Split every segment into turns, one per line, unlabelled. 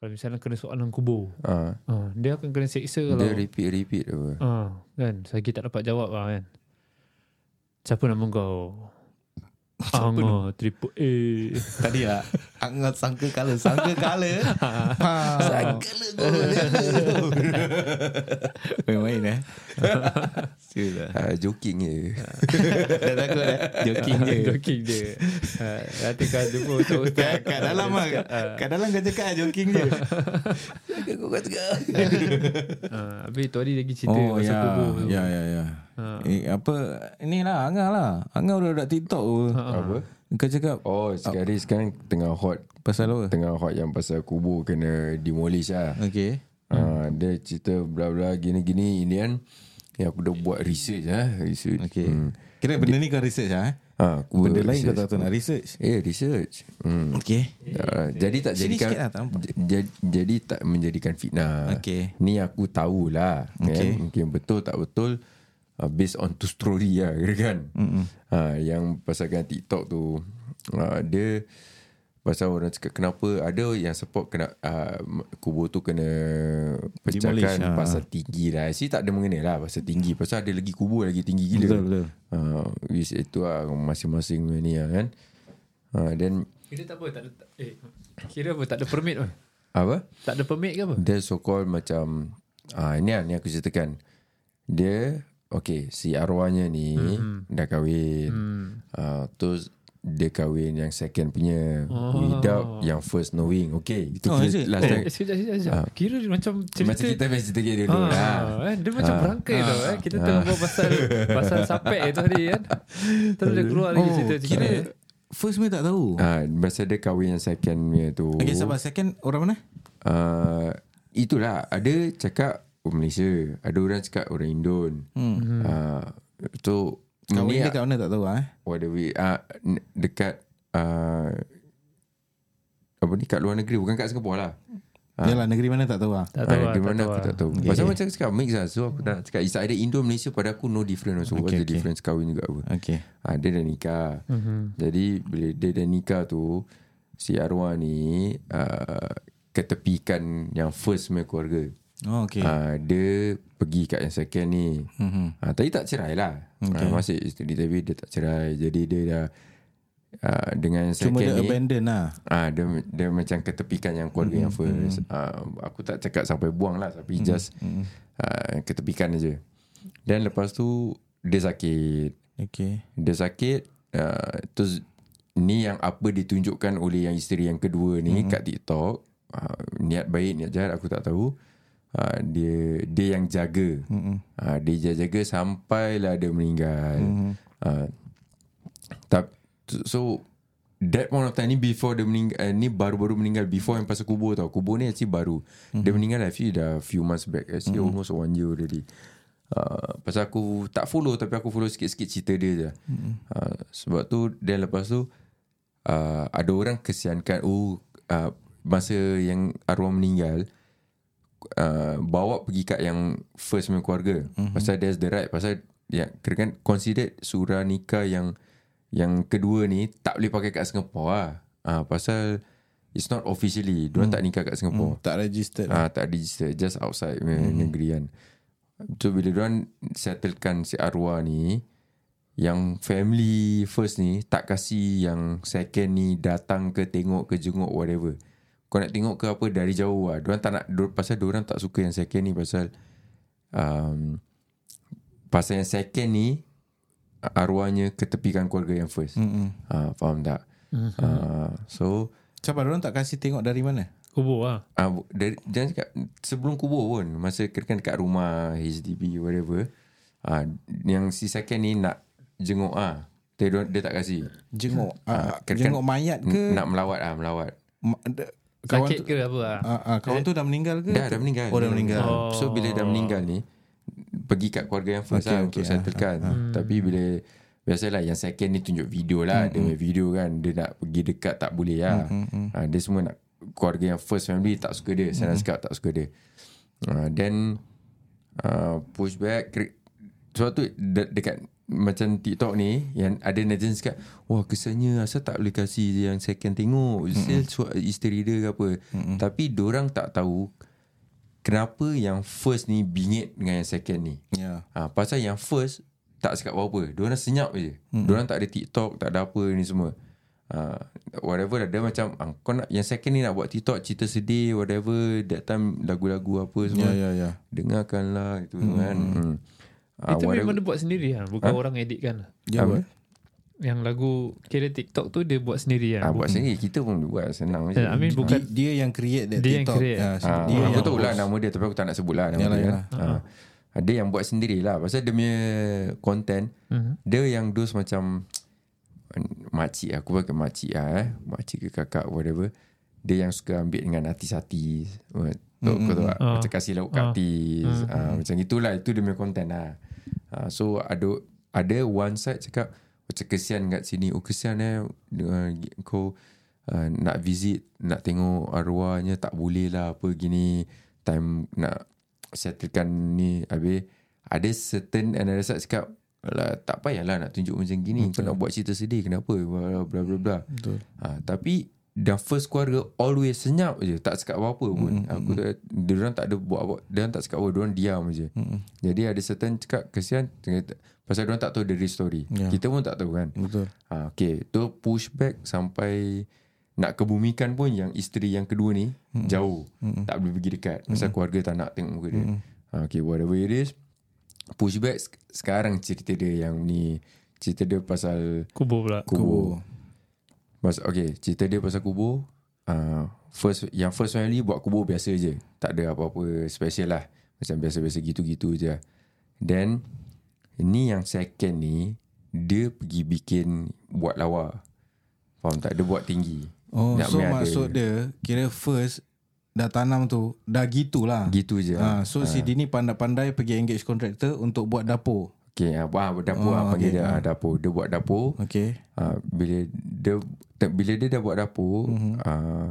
Kalau misalnya kena soalan kubur
Ah,
ha, Dia akan kena seksa kalau
dia repeat-repeat apa.
ha, Kan Saya tak dapat jawab lah kan Siapa nama kau? Anga Triple A
Tadi lah Angat sangka kala Sangka kala Ha. Sangka Main-main eh Sudah
Ah, joking je.
Dah takut eh. dah Joking je
Joking dia ha, Nanti kau jumpa Ustaz-ustaz
Kat dalam lah kat- Kat dalam kau cakap ah, joking je
Kau kata
ha, Habis tu hari lagi cerita
Oh
Pasal
ya
kubur tu.
Ya ya ya Eh, apa Ni lah Angah lah Angah udah ada TikTok pun.
Apa?
Kau cakap
Oh, sekarang sekarang tengah hot
Pasal apa
tengah hot yang pasal kubur kena demolish lah.
Okay
Ah, dia cerita bla bla gini gini ini kan. Ya aku dah buat research lah, research.
Okay Kira benda ni kau research lah eh?
Ha, kubur
Hmm. Benda lain kau
research.
tak tahu nak research
Eh, research. Hmm.
Okay
Uh, jadi tak
Sini
jadikan
sikit lah, tak nampak.
j- jadi, jadi tak menjadikan fitnah.
Okey.
Ni aku tahulah
Okey.
kan mungkin betul tak betul uh, based on two story lah kira kan. Uh, yang pasalkan TikTok tu uh, dia pasal orang cakap kenapa ada yang support kena uh, kubur tu kena pecahkan
Demolish, ah.
pasal tinggi lah. Actually tak ada mengenai lah pasal tinggi. Pasal ada lagi kubur lagi tinggi gila.
Betul betul
Uh, which itu lah masing-masing ni lah kan. Uh, then
Kira tak apa tak ada, tak- eh, Kira apa tak ada permit apa?
apa?
Tak ada permit ke apa?
Dia so called macam ah Ini lah ni aku ceritakan Dia Okay si arwahnya ni mm-hmm. Dah kahwin mm. uh, Terus dia kahwin yang second punya oh. Without yang first knowing Okay Itu
Oh,
oh,
is
kira
it?
last
Eh,
time
sekejap, sekejap, sekejap. Kira dia macam cerita
Macam kita main cerita dia dulu
Ah,
lah. ah.
kan? Dia macam berangkai tau eh. Kita tengah buat pasal Pasal sapek tu tadi kan Terus dia keluar lagi
Oh,
cerita
Oh, Kira First punya tak tahu
Ah, Masa dia kahwin yang second punya tu
Okay sabar second orang mana
uh, itulah ada cakap orang Malaysia, ada orang cakap orang Indon. Hmm. Uh, so
Kawan
ni
dia kat mana tak tahu ah. Eh?
what do we uh, n- dekat uh, apa ni kat luar negeri bukan kat Singapura lah.
Ha. Yalah negeri mana tak tahu ah.
Tak
Ah,
tahu lah
di mana aku
lah.
tak tahu.
Okay.
Pasal macam cakap mix lah. So aku tak nak cakap it's either Indo Malaysia pada aku no different also. What's the
Okay, okay.
difference kahwin juga apa.
Okay.
Ha, dia dah nikah. Mm-hmm. Jadi bila dia dah nikah tu si arwah ni uh, ketepikan yang first punya keluarga.
Oh okay. Ha.
Uh, dia pergi kat yang second ni.
Mhm.
Mm-hmm. Uh, tadi tak cerai lah. Okay. Uh, masih isteri tapi dia tak cerai. Jadi dia dah uh, dengan yang second
Cuma dia
ni.
abandon Mhm, lah.
Ah, dia, dia macam ketepikan yang keluarga mm-hmm. yang first. Ah, aku tak cakap sampai buang lah tapi
Mhm,
mm-hmm. just mm-hmm. Ah, ketepikan aja. Dan lepas tu dia sakit.
Okay.
Dia sakit ah, terus ni yang apa ditunjukkan oleh yang isteri yang kedua ni mm-hmm. kat TikTok. Ah, niat baik niat jahat aku tak tahu. Ah, dia dia yang jaga. Mm-hmm. Ah, dia jaga sampailah dia meninggal. Mm-hmm. Ah, tak so that point of time ni before dia meninggal uh, ni baru-baru meninggal before yang pasal kubur tau. Kubur ni actually baru. Mm-hmm. Dia meninggal actually dah few months back. Actually mm-hmm. almost one year already. Uh, pasal aku tak follow tapi aku follow sikit-sikit cerita dia je. Mm-hmm. Uh, sebab tu dan lepas tu uh, ada orang kesiankan oh uh, masa yang arwah meninggal uh, bawa pergi kat yang first punya keluarga. Mm-hmm. Pasal that's the right. Pasal ya kira kan considered surah nikah yang yang kedua ni tak boleh pakai kat Singapura lah. Uh, pasal it's not officially. Diorang mm. tak nikah kat Singapura.
Oh. Tak registered.
Ah,
Ha.
tak register Just outside mm. negeri kan So bila diorang Settlekan si arwah ni Yang family first ni Tak kasih yang second ni Datang ke tengok ke jenguk whatever Kau nak tengok ke apa dari jauh lah Diorang tak nak dor, Pasal diorang tak suka yang second ni Pasal um, Pasal yang second ni Arwahnya ketepikan keluarga yang first
Hmm.
mm ha, Faham tak? Mm-hmm. Ha, so
Sabar orang tak kasih tengok dari mana?
Kubur lah
Ah, bu- dari, jangan cakap sebelum kubur pun masa kira kan dekat rumah HDB whatever ah, yang si second ni nak jenguk ah dia, dia, dia tak kasi
Jenguk
Ah,
ha.
kan-
jenguk mayat ke?
nak melawat ah melawat
Ma- de- kawan
Sakit
tu
ke apa lah
ha, ha, kawan tu dah meninggal
Eh?
ke?
dah dah meninggal
Oh dah meninggal. Oh.
Ah, so bila dah meninggal ni pergi kat keluarga yang first okay, lah
Okay, okay,
untuk
ah,
settlekan tapi bila biasalah yang second ni tunjuk video
Hmm,
lah dia punya video kan dia nak pergi dekat tak boleh lah Ah, dia semua nak keluarga yang first family tak suka dia saya nak cakap tak suka dia Ah, then uh, push back kri- sebab tu de- dekat macam TikTok ni yang ada netizen cakap wah kesannya asal tak boleh kasih yang second tengok mm-hmm. su- isteri dia ke apa mm-hmm. tapi orang tak tahu kenapa yang first ni bingit dengan yang second ni
Ya.
ha, pasal yang first tak cakap apa-apa diorang senyap je
Hmm.
mm-hmm. diorang tak ada TikTok tak ada apa ni semua ha, whatever lah dia macam ah, kau nak, yang second ni nak buat TikTok cerita sedih whatever that time lagu-lagu apa semua
Ya ya ya.
dengarkanlah itu mm-hmm. kan hmm. Ah,
Itu
whatever- Ah,
memang dia buat sendiri lah. Bukan orang edit kan.
Ya.
Apa?
buat.
Yang lagu kira TikTok tu dia buat sendiri
Ah,
lah.
buat sendiri Kita pun buat Senang je
Ya, I mean, bu-
Dia,
Bukan-
dia yang create that
Dia yang
TikTok.
create.
Ya, so
Ah,
dia
aku
yang
tahu lah
post.
nama dia Tapi aku tak nak sebut lah nama
Yalah,
dia
yalah.
kan. Ah. Dia yang buat sendiri lah Pasal dia punya Content
Mhm.
Dia yang dos macam Makcik aku pakai makcik lah eh Makcik ke kakak whatever Dia yang suka ambil dengan hati-hati Tahu kau tahu tak
Ah.
Macam kasih lauk kat hati Ah, Macam itulah Itu dia punya content lah Ah, So ada Ada one side cakap Macam kesian kat sini Oh kesian eh uh, Kau uh, Nak visit Nak tengok arwahnya Tak boleh lah Apa gini Time nak Settlekan ni Habis Ada certain Another side cakap Alah, tak payahlah nak tunjuk macam gini Kau nak buat cerita sedih Kenapa Bla bla bla, bla.
Betul.
Ha, tapi dah first keluarga always senyap je tak cakap apa-apa pun mm-hmm. aku tak dia orang tak ada buat apa dia orang tak cakap apa dia orang diam je mm-hmm. jadi ada certain cakap kesian tengah- pasal dia orang tak tahu the real story
Ya.
yeah. kita pun tak tahu kan
Betul.
ha, okay tu pushback sampai nak kebumikan pun yang isteri yang kedua ni mm-hmm. jauh mm-hmm. tak boleh pergi dekat pasal mm-hmm. keluarga tak nak tengok muka dia mm-hmm. ha, okay whatever it is pushback sek- sekarang cerita dia yang ni cerita dia pasal
Kubur pula.
kubur Mas, okay, cerita dia pasal kubur. Uh, first yang first family buat kubur biasa je. Tak ada apa-apa special lah. Macam biasa-biasa gitu-gitu je. Then ni yang second ni dia pergi bikin buat lawa. Faham tak? Dia buat tinggi.
Oh,
Nak
so
ambil ada.
maksud dia kira first dah tanam tu dah gitulah.
Gitu lah. Ah. je.
Ha, so si Dini pandai-pandai pergi engage contractor untuk buat dapur.
Okay, ah, buat- dapur
Oh,
oh, panggil
okay.
dia ah, dapur. Dia buat dapur.
Okay.
uh, bila dia te- bila dia dah buat dapur mm-hmm. uh,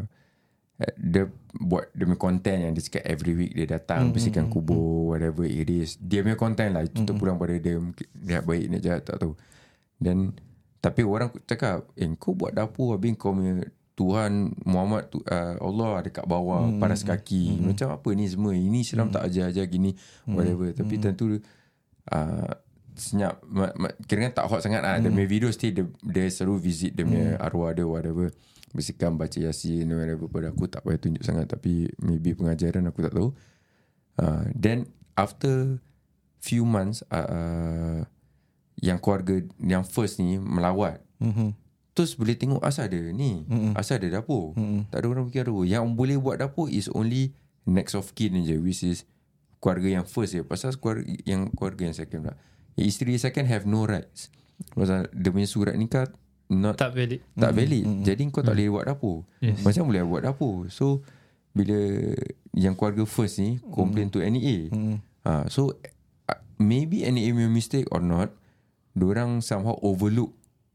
dia buat dia punya content yang dia cakap every week dia datang mm-hmm. bersihkan kubur whatever it is dia punya content lah itu mm-hmm. pulang pada dia mungkin niat baik niat jahat tak tahu dan tapi orang cakap eh kau buat dapur habis kau punya Tuhan Muhammad tu, uh, Allah ada kat bawah mm-hmm. panas kaki mm-hmm. macam apa ni semua ini Islam mm-hmm. tak ajar-ajar gini whatever mm-hmm. tapi tentu uh, senyap ma- ma- kira tak hot sangat lah. Mm. Dia punya video still dia, dia selalu visit dia punya arwah dia whatever. Bersihkan baca yasin whatever pada aku tak payah tunjuk sangat tapi maybe pengajaran aku tak tahu. Uh, then after few months uh, uh, yang keluarga yang first ni melawat.
Mm-hmm.
Terus boleh tengok asal ada ni. Mm-mm. Asal ada dapur.
mhm,
Mm-mm. Tak ada orang pergi dapur. Yang boleh buat dapur is only next of kin je which is keluarga yang first je. Pasal keluarga yang keluarga yang second pula. Yang Isteri yang second have no rights. Pasal dia punya surat nikah not
Tak valid.
tak valid. Mm. Jadi kau tak boleh buat dapur.
Yes.
Macam boleh buat dapur. So bila yang keluarga first ni complain mm. to NEA.
mhm.
Mm. Ha, so uh, maybe NEA punya mistake or not, orang somehow overlook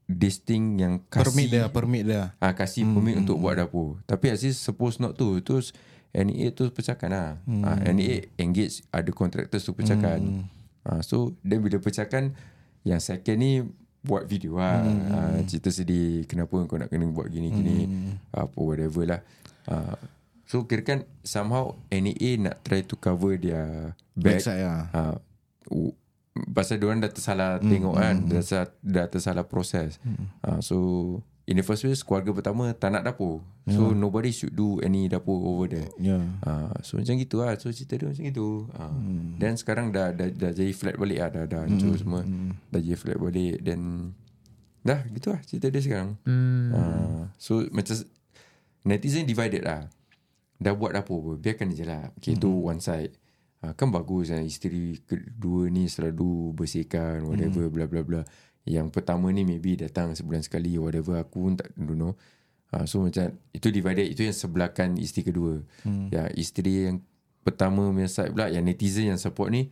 this thing yang kasih
Permit dia, permit dia.
Ah kasih hmm, permit untuk buat dapur. Tapi Aziz suppose not to. Terus NEA tu pecahkan lah. Hmm. Ah, NEA engage ada contractors tu pecahkan. Hmm. Ah, so then bila pecahkan yang second ni buat video lah. Hmm. Ah, cerita sedih kenapa kau nak kena buat
Hmm,
gini-gini. Apa whatever lah. Ah, so kira kan somehow NEA nak try to cover their back.
Backside lah.
Ah, u- pasal diorang dah tersalah mm, tengok kan dah, tersalah, dah tersalah proses
Hmm.
mm. uh, so in the first place keluarga pertama tak nak dapur so nobody should do any dapur over there
Ya.
uh, so macam gitu lah so cerita dia macam gitu uh,
Hmm.
mm. then sekarang dah, dah dah jadi flat balik lah dah dah hancur mm. semua
Hmm,
mm. dah jadi flat balik then dah gitu lah cerita dia sekarang
Hmm.
uh, so macam netizen divided lah dah buat dapur apa biarkan je lah okay tu one side uh, kan bagus kan isteri kedua ni selalu bersihkan whatever bla bla bla yang pertama ni maybe datang sebulan sekali whatever aku pun tak don't know uh, so macam itu divided itu yang sebelahkan isteri kedua hmm. ya isteri yang pertama punya side pula yang netizen yang support ni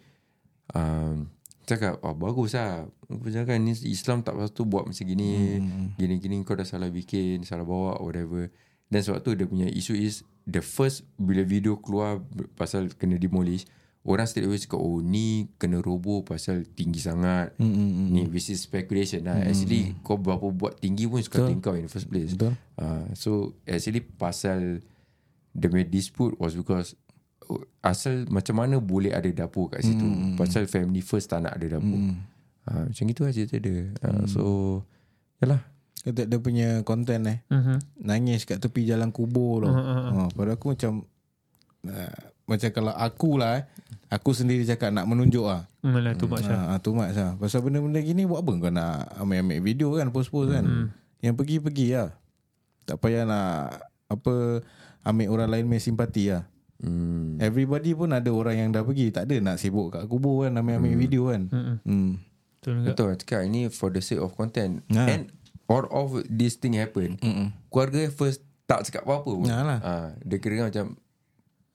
um, cakap oh, bagus lah jangan ni Islam tak patut buat macam gini hmm. gini-gini kau dah salah bikin salah bawa whatever dan sebab tu dia punya isu is the first bila video keluar pasal kena demolish orang straight away cakap oh ni kena roboh pasal tinggi sangat.
Mm, mm, mm.
Ni which is speculation lah. Actually kau berapa buat tinggi pun suka kau in the first place.
Betul.
Uh, so actually pasal the main dispute was because oh, asal macam mana boleh ada dapur kat situ.
Hmm,
Pasal family first tak nak ada dapur. Uh, macam gitu lah cerita dia.
Hmm.
Uh, So yalah
Kata dia punya konten eh
Mhm.
Nangis kat tepi jalan kubur tu ha, Pada aku macam uh, Macam kalau aku lah eh, Aku sendiri cakap nak menunjuk lah
Malah
Hmm,
tu much
ah.
lah.
ha, ha, Too much lah Pasal benda-benda gini buat apa kau nak Ambil-ambil video kan Post-post kan
Hmm,
Yang pergi-pergi lah Tak payah nak Apa Ambil orang lain punya simpati lah
Hmm.
Everybody pun ada orang yang dah pergi Tak ada nak sibuk kat kubur kan Ambil-ambil video kan
Mm-mm.
hmm.
mhm. Betul juga.
Betul lah cakap Ini for the sake of content
Ha.
And All of this thing happen
Mm-mm.
Keluarga first Tak cakap apa-apa pun
Hmm. Ya lah.
ha, Dia kira macam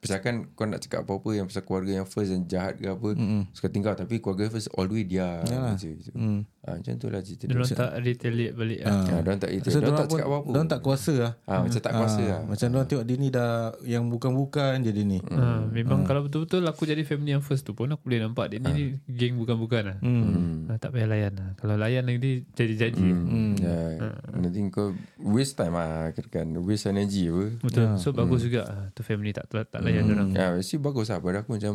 Misalkan kau nak cakap apa-apa Yang pasal keluarga yang first Yang jahat ke apa mm Suka tinggal Tapi keluarga first All the way dia je, gitu.
Hmm.
ha, Macam tu lah cerita dia
Diorang tak retaliate balik lah.
ha, Diorang tak itu
So,
Diorang tak
Ah. pun-
cakap apa-apa
Diorang tak kuasa lah
ha, Macam tak kuasa lah Hmm.
Macam diorang tengok dia ni dah Yang bukan-bukan je dia ni
Ah,
Ha, memang kalau betul-betul aku jadi family yang first tu pun aku boleh nampak dia
Ah.
ni, ni geng bukan-bukan lah. Hmm. Ha, tak payah layan lah. Kalau layan lagi dia jadi-jadi. Ah,
Hmm. Yeah. Nanti kau waste time lah kan waste energy apa.
Betul. So bagus juga ha, tu family tak tak layan orang.
Ya, yeah, actually bagus lah pada aku macam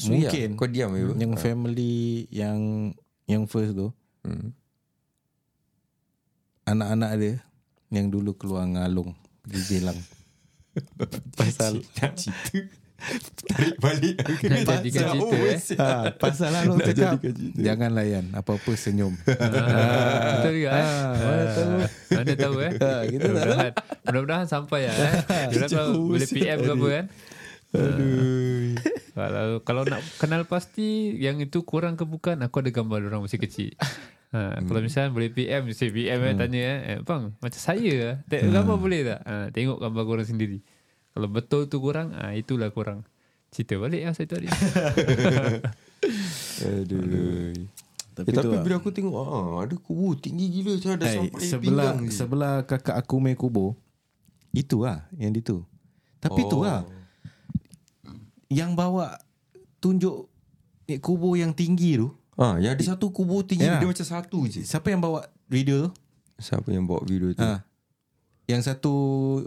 sui lah.
Mungkin.
kau diam je. apa.
Yang family Yang Yang first tu
Hmm.
Anak-anak dia Yang dulu keluar ngalung Pergi jelang Pasal
nak cerita Tarik balik
Nak jadikan cerita eh.
ha, Pasal lah lu cakap Jangan layan Apa-apa senyum
Ah, Betul juga eh.
mana
Ah,
tahu.
Mana tahu eh.
Ha, kita tak tahu.
Mudah-mudahan, mudah-mudahan sampai lah eh. Mudah-mudahan
Jauh
boleh
sial
PM ke apa kan. Aduh. Kalau kalau nak kenal pasti yang itu kurang ke bukan aku ada gambar orang masih kecil. Ha,
Hmm.
kalau misalnya boleh PM Saya PM eh, tanya eh, eh Bang macam saya eh,
Hmm.
Tengok gambar boleh tak ha, Tengok gambar korang sendiri Kalau betul tu korang ha, Itulah korang Cerita balik lah saya tadi
Ya,
Aduh
Tapi,
Eh,
tu
tapi
lah.
bila aku tengok ah, Ada kubur tinggi gila Saya dah
Hey,
sampai
sebelah
pinggang je.
sebelah kakak aku main kubur. Itu lah yang di tu. Tapi tu lah yang bawa tunjuk ni kubur yang tinggi tu.
Ah, yang ada satu kubur tinggi
Ya.
Dia macam satu je
Siapa yang bawa video tu?
Siapa yang bawa video tu
Ha. Yang satu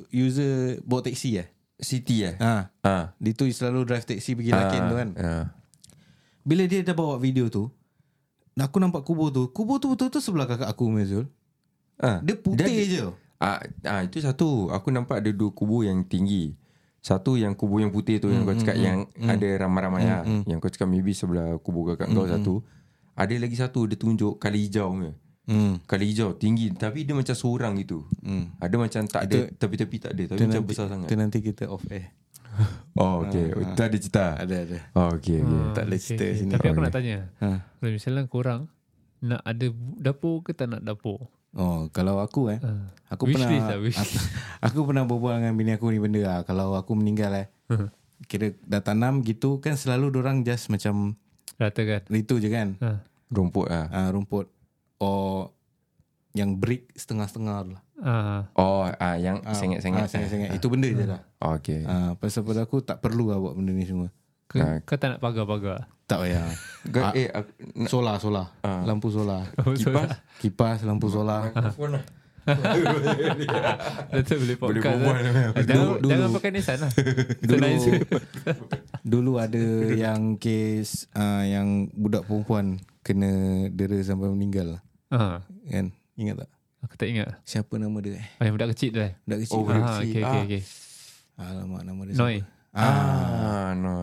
user bawa teksi eh.
Siti eh
Ha.
Ah,
Dia tu selalu drive teksi pergi Lakin tu kan.
ah.
Bila dia dah bawa video tu, aku nampak kubur tu. Kubur tu betul-betul sebelah kakak aku Mazul.
Ah.
Dia putih
Dia-
je.
Ah, ah, itu satu Aku nampak ada dua kubur yang tinggi Satu yang kubur yang putih tu
Hmm,
Yang kau cakap yang ada ramai-ramai lah Yang kau cakap maybe sebelah kubur kakak kau satu Ada lagi satu Dia tunjuk kali hijau punya
Hmm.
Kali hijau tinggi Tapi dia macam seorang gitu hmm. Ada macam tak ada Tepi-tepi tak ada Tapi macam nanti, besar sangat
Itu Ah, nanti kita off air.
Oh okay ha, Itu ada cerita
Ada ada.
Oh okay, okay.
Ah,
tak boleh
okey,
cerita
okey.
sini.
Tapi aku
Okey.
nak tanya
Ha.
Kalau misalnya korang Nak ada bu- dapur ke tak nak dapur
Oh, kalau aku eh.
Ah.
Aku
Wish
pernah
list lah, wish
aku, aku pernah berbual dengan bini aku ni benda lah. Kalau aku meninggal eh.
Uh-huh.
Kira dah tanam gitu kan selalu orang just macam
Rata kan
itu je kan.
ha.
Rumput lah
Ah, rumput or yang brick setengah-setengah tu lah.
Ah,
Oh ah, yang
Ah,
sengit-sengit
sengat-sengat. Itu benda je lah.
oh, Okay
Ah, pasal pada aku tak perlu lah buat benda ni semua.
ke,
Ah.
Kau tak nak pagar-pagar
Tak payah.
Kau,
Ah.
Eh aku, nak
Solar, solar. Lampu solar.
Oh,
kipas
Kipas, lampu solar.
Mikrofon lah
Dah tu boleh podcast
berbual
lah. Jangan,
Dulu-
jangan pakai Nissan lah
Dulu
Senang je.
Dulu ada yang kes uh, Yang budak perempuan Kena dera sampai meninggal lah
Ah,
Kan Ingat tak
Aku tak ingat
Siapa nama dia eh
Oh yang budak kecil tu eh
Budak kecil
Oh,
oh.
Budak
Ah,
kecil.
okay, okay,
Ah.
okay.
Alamak nama dia
Noi
Ah, no.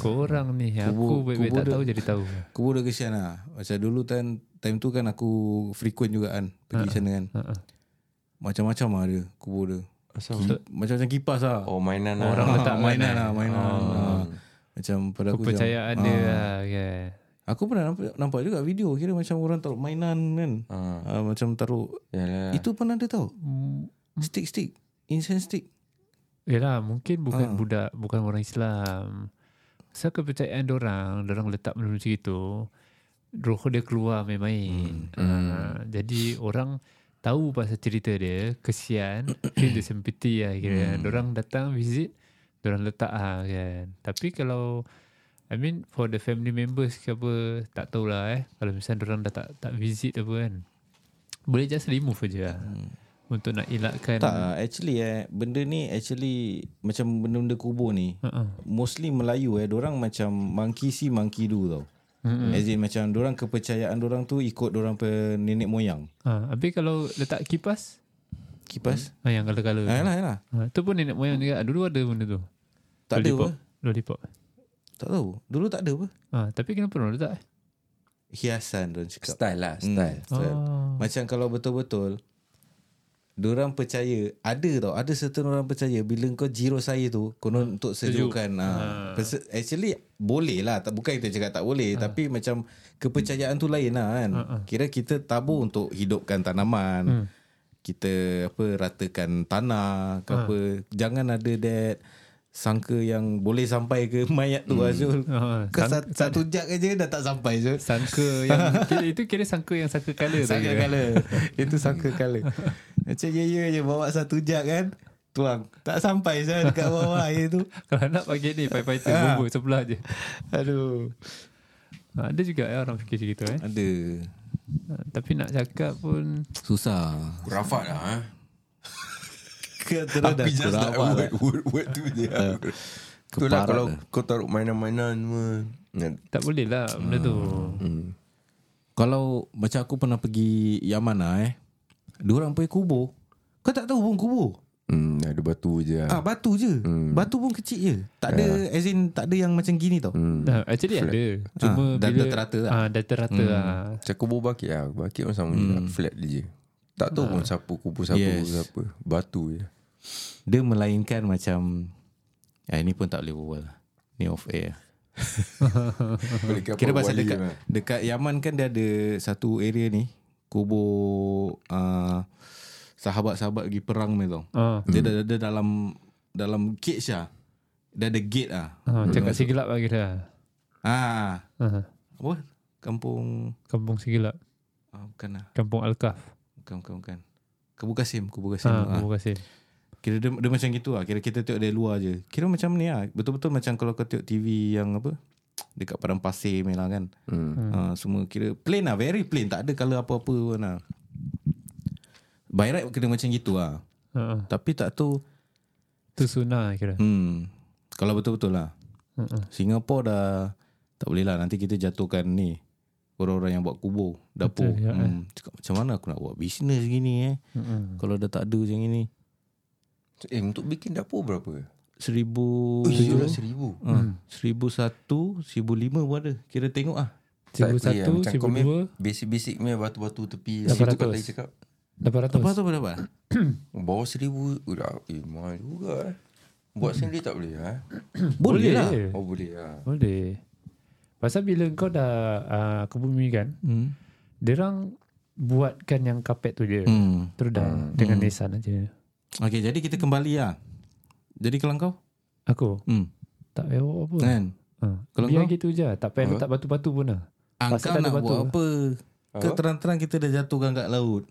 yes. Korang ni Aku
Ya. Kubur-
baik-baik
kubur
tak
dia-
tahu jadi tahu Ah,
siapa Kubur dia kesian lah Macam dulu kan Time tu kan aku Frequent juga kan Pergi sana kan
Ha, ha.
Macam-macam lah dia Kubur dia
Asal
Macam-macam kipas lah
Oh mainan
Oh. Orang
lah.
Ah,
letak
mainan
mainan. Oh.
lah Mainan ah. Macam pada aku macam-
Kepercayaan dia lah yeah.
Aku pernah nampak, nampak juga video Kira macam orang taruh mainan kan
Ah.
Ah, Macam taruh
Yalah.
Itu pun ada tau Stick-stick Incense stick
Yelah mungkin bukan budak Bukan orang Islam Pasal kepercayaan orang orang letak benda macam itu Roh dia keluar main-main hmm. Jadi orang Tahu pasal cerita dia Kesian Feel the sympathy lah kira hmm. Diorang datang visit Diorang letak lah kan Tapi kan. kalau I mean for the family members ke apa tak tahulah eh kalau misalnya orang dah tak tak visit apa kan boleh just remove aja lah. Hmm. Untuk nak elakkan
Tak lah, actually eh Benda ni actually Macam benda-benda kubur ni
Uh-uh.
Mostly Melayu eh Diorang macam Monkey see monkey do tau mm-hmm. As in macam Diorang kepercayaan Diorang tu Ikut diorang pe nenek moyang
Ha, habis kalau letak kipas
Kipas
ha, Yang kala-kala
hmm. Ayolah ayolah
ha, Itu pun nenek moyang juga Dulu ada benda tu
Tak ada apa
Lollipop. Lollipop
Tak tahu Dulu tak ada apa
ha, Tapi kenapa orang letak eh?
Hiasan diorang cakap Hmm.
Style lah Style
So,
Oh.
Macam kalau betul-betul Diorang percaya Ada tau Ada certain orang percaya Bila kau jiro saya tu Konon untuk sejukkan ha.
Ah.
Perse- Actually Boleh lah tak, Bukan kita cakap tak boleh
Ah.
Tapi macam Kepercayaan tu lain lah kan Kira kita tabur untuk Hidupkan
Hmm.
tanaman Kita apa Ratakan tanah
Ah.
ke apa Jangan ada that Sangka yang Boleh sampai ke Mayat tu Azul
Ha,
Kau
sang-
sat- satu jak aja Dah tak sampai Azul
Sangka yang kira, Itu kira sangka yang sangka kala tu
Sangka
kira.
kala Itu sangka kala Macam ya ya je Bawa satu jak kan Tuang Tak sampai saya Dekat bawah air tu
Kalau nak pakai ni Pai-pai tu Bumbu sebelah je
Ah. Aduh
ha, Ada juga ya, orang fikir macam tu eh
Ada
ha, Tapi nak cakap pun
Susah
Rafat lah eh.
Kau terus dah
Tapi just
kurang
like
awal
word, word, word tu je Itulah
Keparat
lah kalau
dah.
kau taruh mainan-mainan semua ya,
Tak boleh lah Benda tu
Hmm.
hmm,
Kalau macam aku pernah pergi Yaman lah eh. Diorang pergi kubur.
Kau tak tahu pun kubur
hmm, Ada batu je lah
Ah batu je Batu pun kecil je Tak ada As in tak ada yang macam gini tau
hmm.
Nah, Ha, actually ada Cuma
Ah, dah-
bila
dah terata lah.
ah, Dah terata lah
Macam kubur bakit lah Bakit pun sama juga Flat je Tak tahu pun siapa kubur siapa
Yes.
yes. kubur siapa Batu je
Dia melainkan macam ya, Ini pun tak boleh berbual lah. Ni off air lah.
Boleh kira
Kira pasal dekat
Hmm,
Dekat Yaman kan dia ada Satu area ni Kubur uh, Sahabat-sahabat pergi perang ni tau
Ah,
Hmm.
Dia dah ada dalam dalam cage lah. Dia ada gate lah.
ah, Cakap sigelap lah kira
Ah,
ah,
apa? Kampung
Kampung sigelap
ah, bukan lah.
Kampung Alkaf
Bukan bukan bukan. Kubu Kasim, Kubu Kasim.
ah,
Ah,
Terima kasih
Kira dia, dia macam gitu lah. Kira kita tengok dari luar je. Kira macam ni lah. Betul-betul macam kalau kau tengok TV yang apa? Dekat padang pasir ni lah kan.
hmm.
Ah, semua kira plain lah. Very plain. Tak ada colour apa-apa pun lah. By right kena macam gitu lah.
ah, ah.
Tapi tak tahu
Tu sunnah kira
Hmm. Kalau betul-betul lah.
Mm-mm.
Singapura dah tak boleh lah nanti kita jatuhkan ni orang-orang yang buat kubur, dapur.
Betul, ya,
hmm. Cakap macam mana aku nak buat bisnes gini eh.
Mm-mm.
Kalau dah tak ada macam ini.
Eh untuk bikin dapur berapa?
Seribu
Tujuh seribu
Hmm.
ha, Seribu satu Seribu lima pun ada Kira tengok ah.
Seribu
Tak, ya,
satu
macam
Seribu
kau main
dua
Basic-basic punya batu-batu tepi
Lapan
Situ kau
ratus.
tadi cakap
Lapan ratus
Lepas tu apa dapat?
Bawah seribu Udah, Eh mahal juga eh Buat sendiri tak boleh eh?
Boleh lah
Oh boleh lah
Boleh. Pasal bila kau dah uh, kebumikan,
hmm.
orang buatkan yang kapet tu je. Hmm.
Hmm.
Terus dah hmm. dengan nisan aja.
Okay jadi kita kembali lah Jadi kalau kau
Aku
hmm.
tak payah buat apa.
Kan
Ha.
Kalau
Biar
kau?
gitu je. Tak payah letak batu-batu pun lah.
Ah,
Pasal tak
Kau
ada
nak
batu.
buat apa Kau terang-terang kita dah jatuhkan kat laut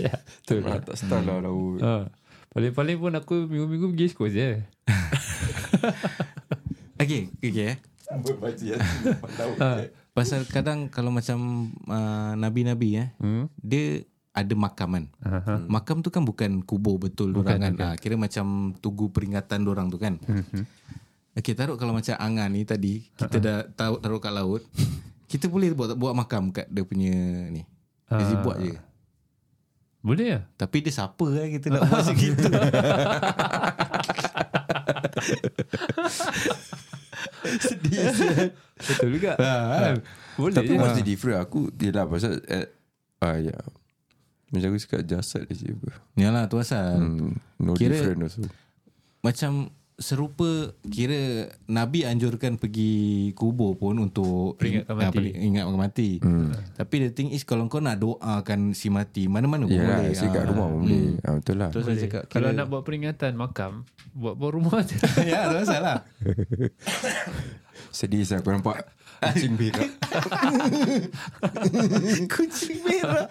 Betul lah Tak style lah laut
ha. Paling-paling pun aku minggu-minggu pergi skos je.
Okay Okay eh
Berbaji laut eh.
Pasal kadang kalau macam uh, nabi-nabi eh, hmm? dia ada makam kan.
Aha.
Makam tu kan bukan kubur betul bukan, kan. Ah, kira macam tugu peringatan orang tu kan. Hmm. Okey, taruh kalau macam angan ni tadi, kita dah taruh, taruh kat laut. kita boleh buat buat makam kat dia punya ni. Jadi buat je.
Boleh lah.
Tapi dia siapa kan kita nak buat macam gitu. Sedih. sial.
Betul juga. ha. Boleh
Tapi
je.
mesti different Aku Yelah pasal eh, ah, ya. Macam aku cakap jasad dia siapa
Yalah tu asal.
hmm, No
Kira-
different also
macam serupa kira Nabi anjurkan pergi kubur pun untuk
Peringatkan
ah,
mati.
peri- ingat orang mati.
Hmm.
Tapi the thing is kalau kau nak doakan si mati mana-mana pun
Yelah
boleh.
Ya, Saya kat
Ah.
rumah pun boleh Ah, Betul lah
Terus saya cakap
Kalau
kira-
nak buat peringatan makam, buat buat rumah je.
ya tu pasal lah.
Sedih saya aku nampak Kucing berak
Kucing merah.